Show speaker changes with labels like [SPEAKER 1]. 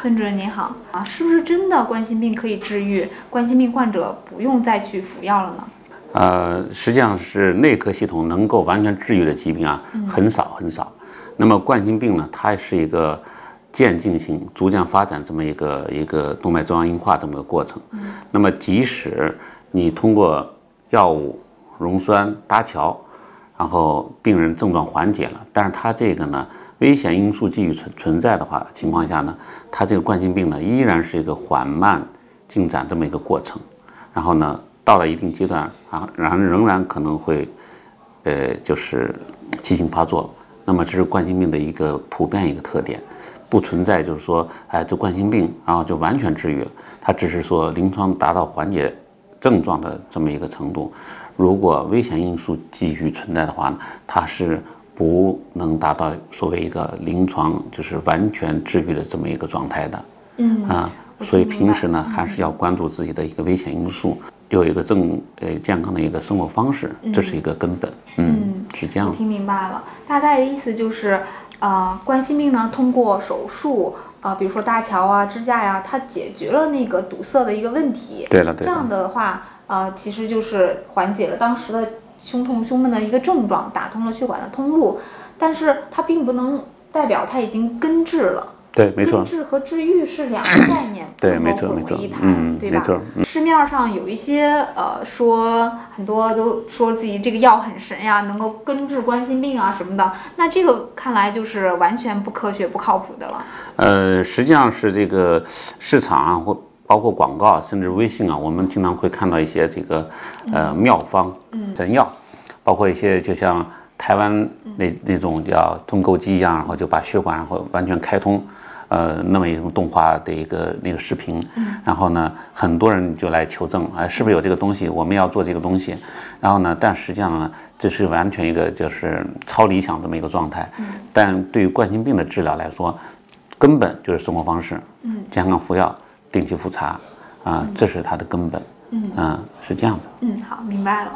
[SPEAKER 1] 孙主任您好啊，是不是真的冠心病可以治愈？冠心病患者不用再去服药了呢？
[SPEAKER 2] 呃，实际上是内科系统能够完全治愈的疾病啊，很少很少。那么冠心病呢，它是一个渐进性、逐渐发展这么一个一个动脉粥样硬化这么个过程。那么即使你通过药物、溶栓、搭桥，然后病人症状缓解了，但是他这个呢，危险因素继续存存在的话情况下呢，他这个冠心病呢，依然是一个缓慢进展这么一个过程。然后呢，到了一定阶段，啊，然后仍然可能会，呃，就是急性发作。那么这是冠心病的一个普遍一个特点，不存在就是说，哎，这冠心病然后就完全治愈了，它只是说临床达到缓解症状的这么一个程度。如果危险因素继续存在的话呢，它是不能达到所谓一个临床就是完全治愈的这么一个状态的。
[SPEAKER 1] 嗯
[SPEAKER 2] 啊，
[SPEAKER 1] 我
[SPEAKER 2] 所以
[SPEAKER 1] 听明
[SPEAKER 2] 平时
[SPEAKER 1] 白嗯
[SPEAKER 2] 呢，还是要关注自己的一个危险因素，有一个正呃健康的一个生活方式，这是一个根本。嗯，是这样
[SPEAKER 1] 我
[SPEAKER 2] 的。
[SPEAKER 1] 听明白了，大概的意思就是，呃，冠心病呢，通过手术，呃，比如说搭桥啊、支架呀、它解决了那个堵塞的一个问题。
[SPEAKER 2] 对了，对
[SPEAKER 1] 这样
[SPEAKER 2] 了，
[SPEAKER 1] 的话，呃，其实就是缓解了当时的胸痛、胸闷的一个症状，打通了血管的通路，但是它并不能代表它已经根治了。
[SPEAKER 2] 对，没错
[SPEAKER 1] 根，治和治愈是两个概念，不
[SPEAKER 2] 对，
[SPEAKER 1] 能
[SPEAKER 2] 没
[SPEAKER 1] 够
[SPEAKER 2] 错，
[SPEAKER 1] 混
[SPEAKER 2] 没
[SPEAKER 1] 为
[SPEAKER 2] 错
[SPEAKER 1] 一，谈，
[SPEAKER 2] 嗯，
[SPEAKER 1] 对
[SPEAKER 2] 没
[SPEAKER 1] 吧？
[SPEAKER 2] 错，
[SPEAKER 1] 市面上有一些呃说很多都说自己这个药很神呀，能够根治冠心病啊什么的，那这个看来就是完全不科学、不靠谱的了。
[SPEAKER 2] 呃，实际上是这个市场啊，或包括广告啊，甚至微信啊，我们经常会看到一些这个呃妙方、神药，包括一些就像台湾那那种叫通构机一样，然后就把血管然后完全开通。呃，那么一种动画的一个那个视频，然后呢，很多人就来求证，啊、是不是有这个东西？我们要做这个东西，然后呢，但实际上呢，这是完全一个就是超理想这么一个状态。但对于冠心病的治疗来说，根本就是生活方式，嗯，健康服药，定期复查，啊、这是它的根本，嗯，啊、是这样的。
[SPEAKER 1] 嗯，好，明白了。